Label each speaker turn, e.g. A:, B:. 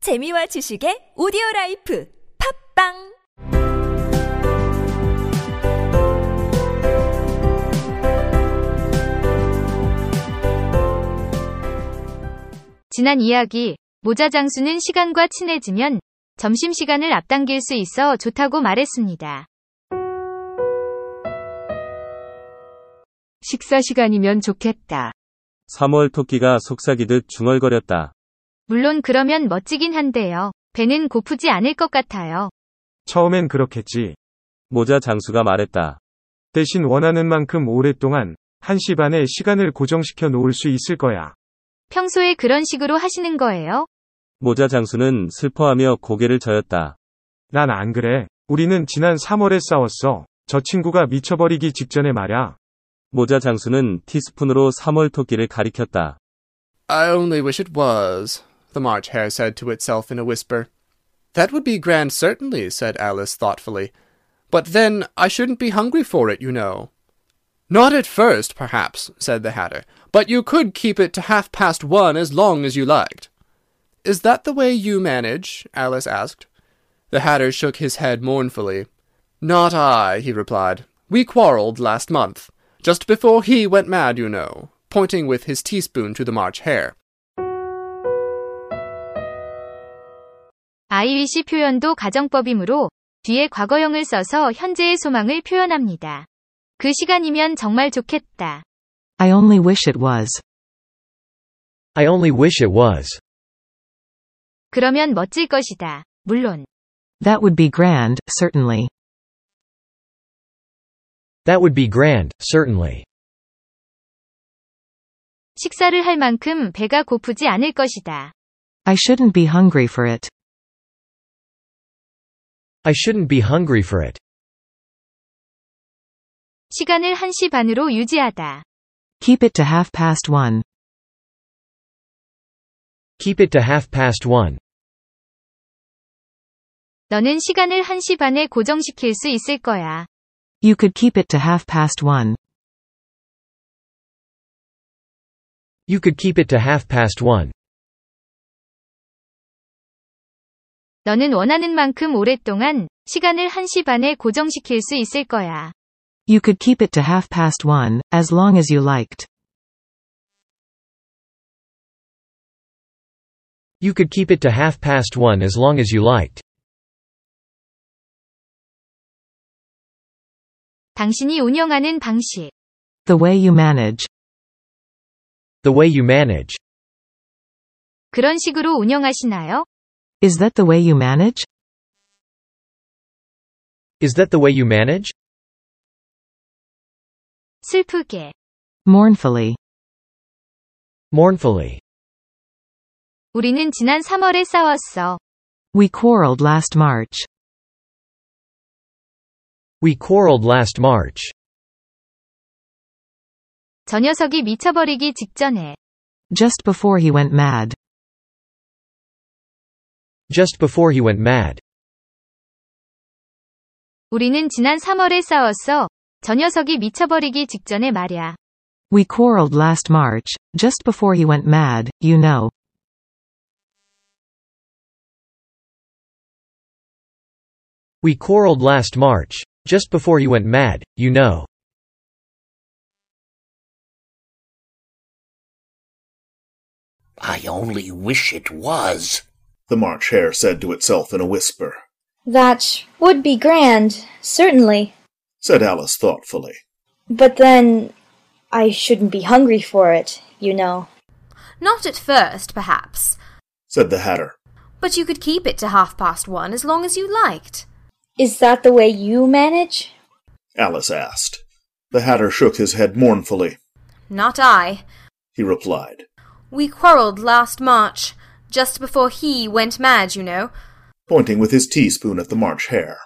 A: 재미와 지식의 오디오 라이프 팝빵
B: 지난 이야기, 모자 장수는 시간과 친해지면 점심시간을 앞당길 수 있어 좋다고 말했습니다. 식사 시간이면 좋겠다.
C: 3월 토끼가 속삭이듯 중얼거렸다.
B: 물론 그러면 멋지긴 한데요. 배는 고프지 않을 것 같아요.
D: 처음엔 그렇겠지.
C: 모자 장수가 말했다.
D: 대신 원하는 만큼 오랫동안 1시 반에 시간을 고정시켜 놓을 수 있을 거야.
B: 평소에 그런 식으로 하시는 거예요?
C: 모자 장수는 슬퍼하며 고개를 저였다.
D: 난 안 그래. 우리는 지난 3월에 싸웠어. 저 친구가 미쳐버리기 직전에 말야.
C: 모자 장수는 티스푼으로 3월 토끼를 가리켰다.
E: I only wish it was, the March Hare said to itself in a whisper. That would be grand, certainly, said Alice thoughtfully. But then I shouldn't be hungry for it, you know. Not at first, perhaps, said the Hatter, but you could keep it to half past one as long as you liked. Is that the way you manage? Alice asked. The Hatter shook his head mournfully. Not I, he replied. We quarrelled last month, just before he went mad, you know, pointing with his teaspoon to the March Hare.
B: IEC 표현도 가정법이므로 뒤에 과거형을 써서 현재의 소망을 표현합니다. 그 시간이면 정말 좋겠다.
F: I only wish it was. I only wish it was.
B: 그러면 멋질 것이다. 물론
F: That would be grand, certainly. That would be grand, certainly.
B: 식사를 할 만큼 배가 고프지 않을 것이다.
F: I shouldn't be hungry for it. I shouldn't be hungry for it.
B: 시간을 1시 반으로 유지하다.
F: Keep it to half past one. Keep it to half past one.
B: 너는 시간을 1시 반에 고정시킬 수 있을 거야.
F: You could keep it to half past one. You could keep it to half past one.
B: 너는 원하는 만큼 오랫동안 시간을 1시 반에 고정시킬 수 있을 거야.
F: You could keep it to half past one, as long as you liked. You could keep it to half past one as long as you liked.
B: 당신이 운영하는 방식.
F: The way you manage. The way you manage.
B: 그런 식으로 운영하시나요?
F: Is that the way you manage? Is that the way you manage?
B: 슬프게.
F: Mournfully. Mournfully.
B: 우리는 지난 3월에 싸웠어.
F: We quarreled last March. We quarreled last March.
B: 저 녀석이 미쳐버리기 직전에.
F: Just before he went mad. Just before he went mad.
B: 우리는 지난 3월에 싸웠어. 저 녀석이 미쳐버리기 직전에 말야.
F: We quarreled last March, just before he went mad, you know. We quarreled last March, just before he went mad, you know.
G: I only wish it was, the March Hare said to itself in a whisper,
H: That would be grand, certainly.
G: said Alice thoughtfully.
H: But then I shouldn't be hungry for it, you know.
I: Not at first, perhaps,
G: Said the Hatter,
I: but you could keep it to half past one as long as you liked.
H: Is that the way you manage?
G: Alice asked. The Hatter shook his head mournfully.
I: Not I.
G: He replied,
I: We quarrelled last March, just before he went mad, you know.
G: pointing with his teaspoon at the March Hare.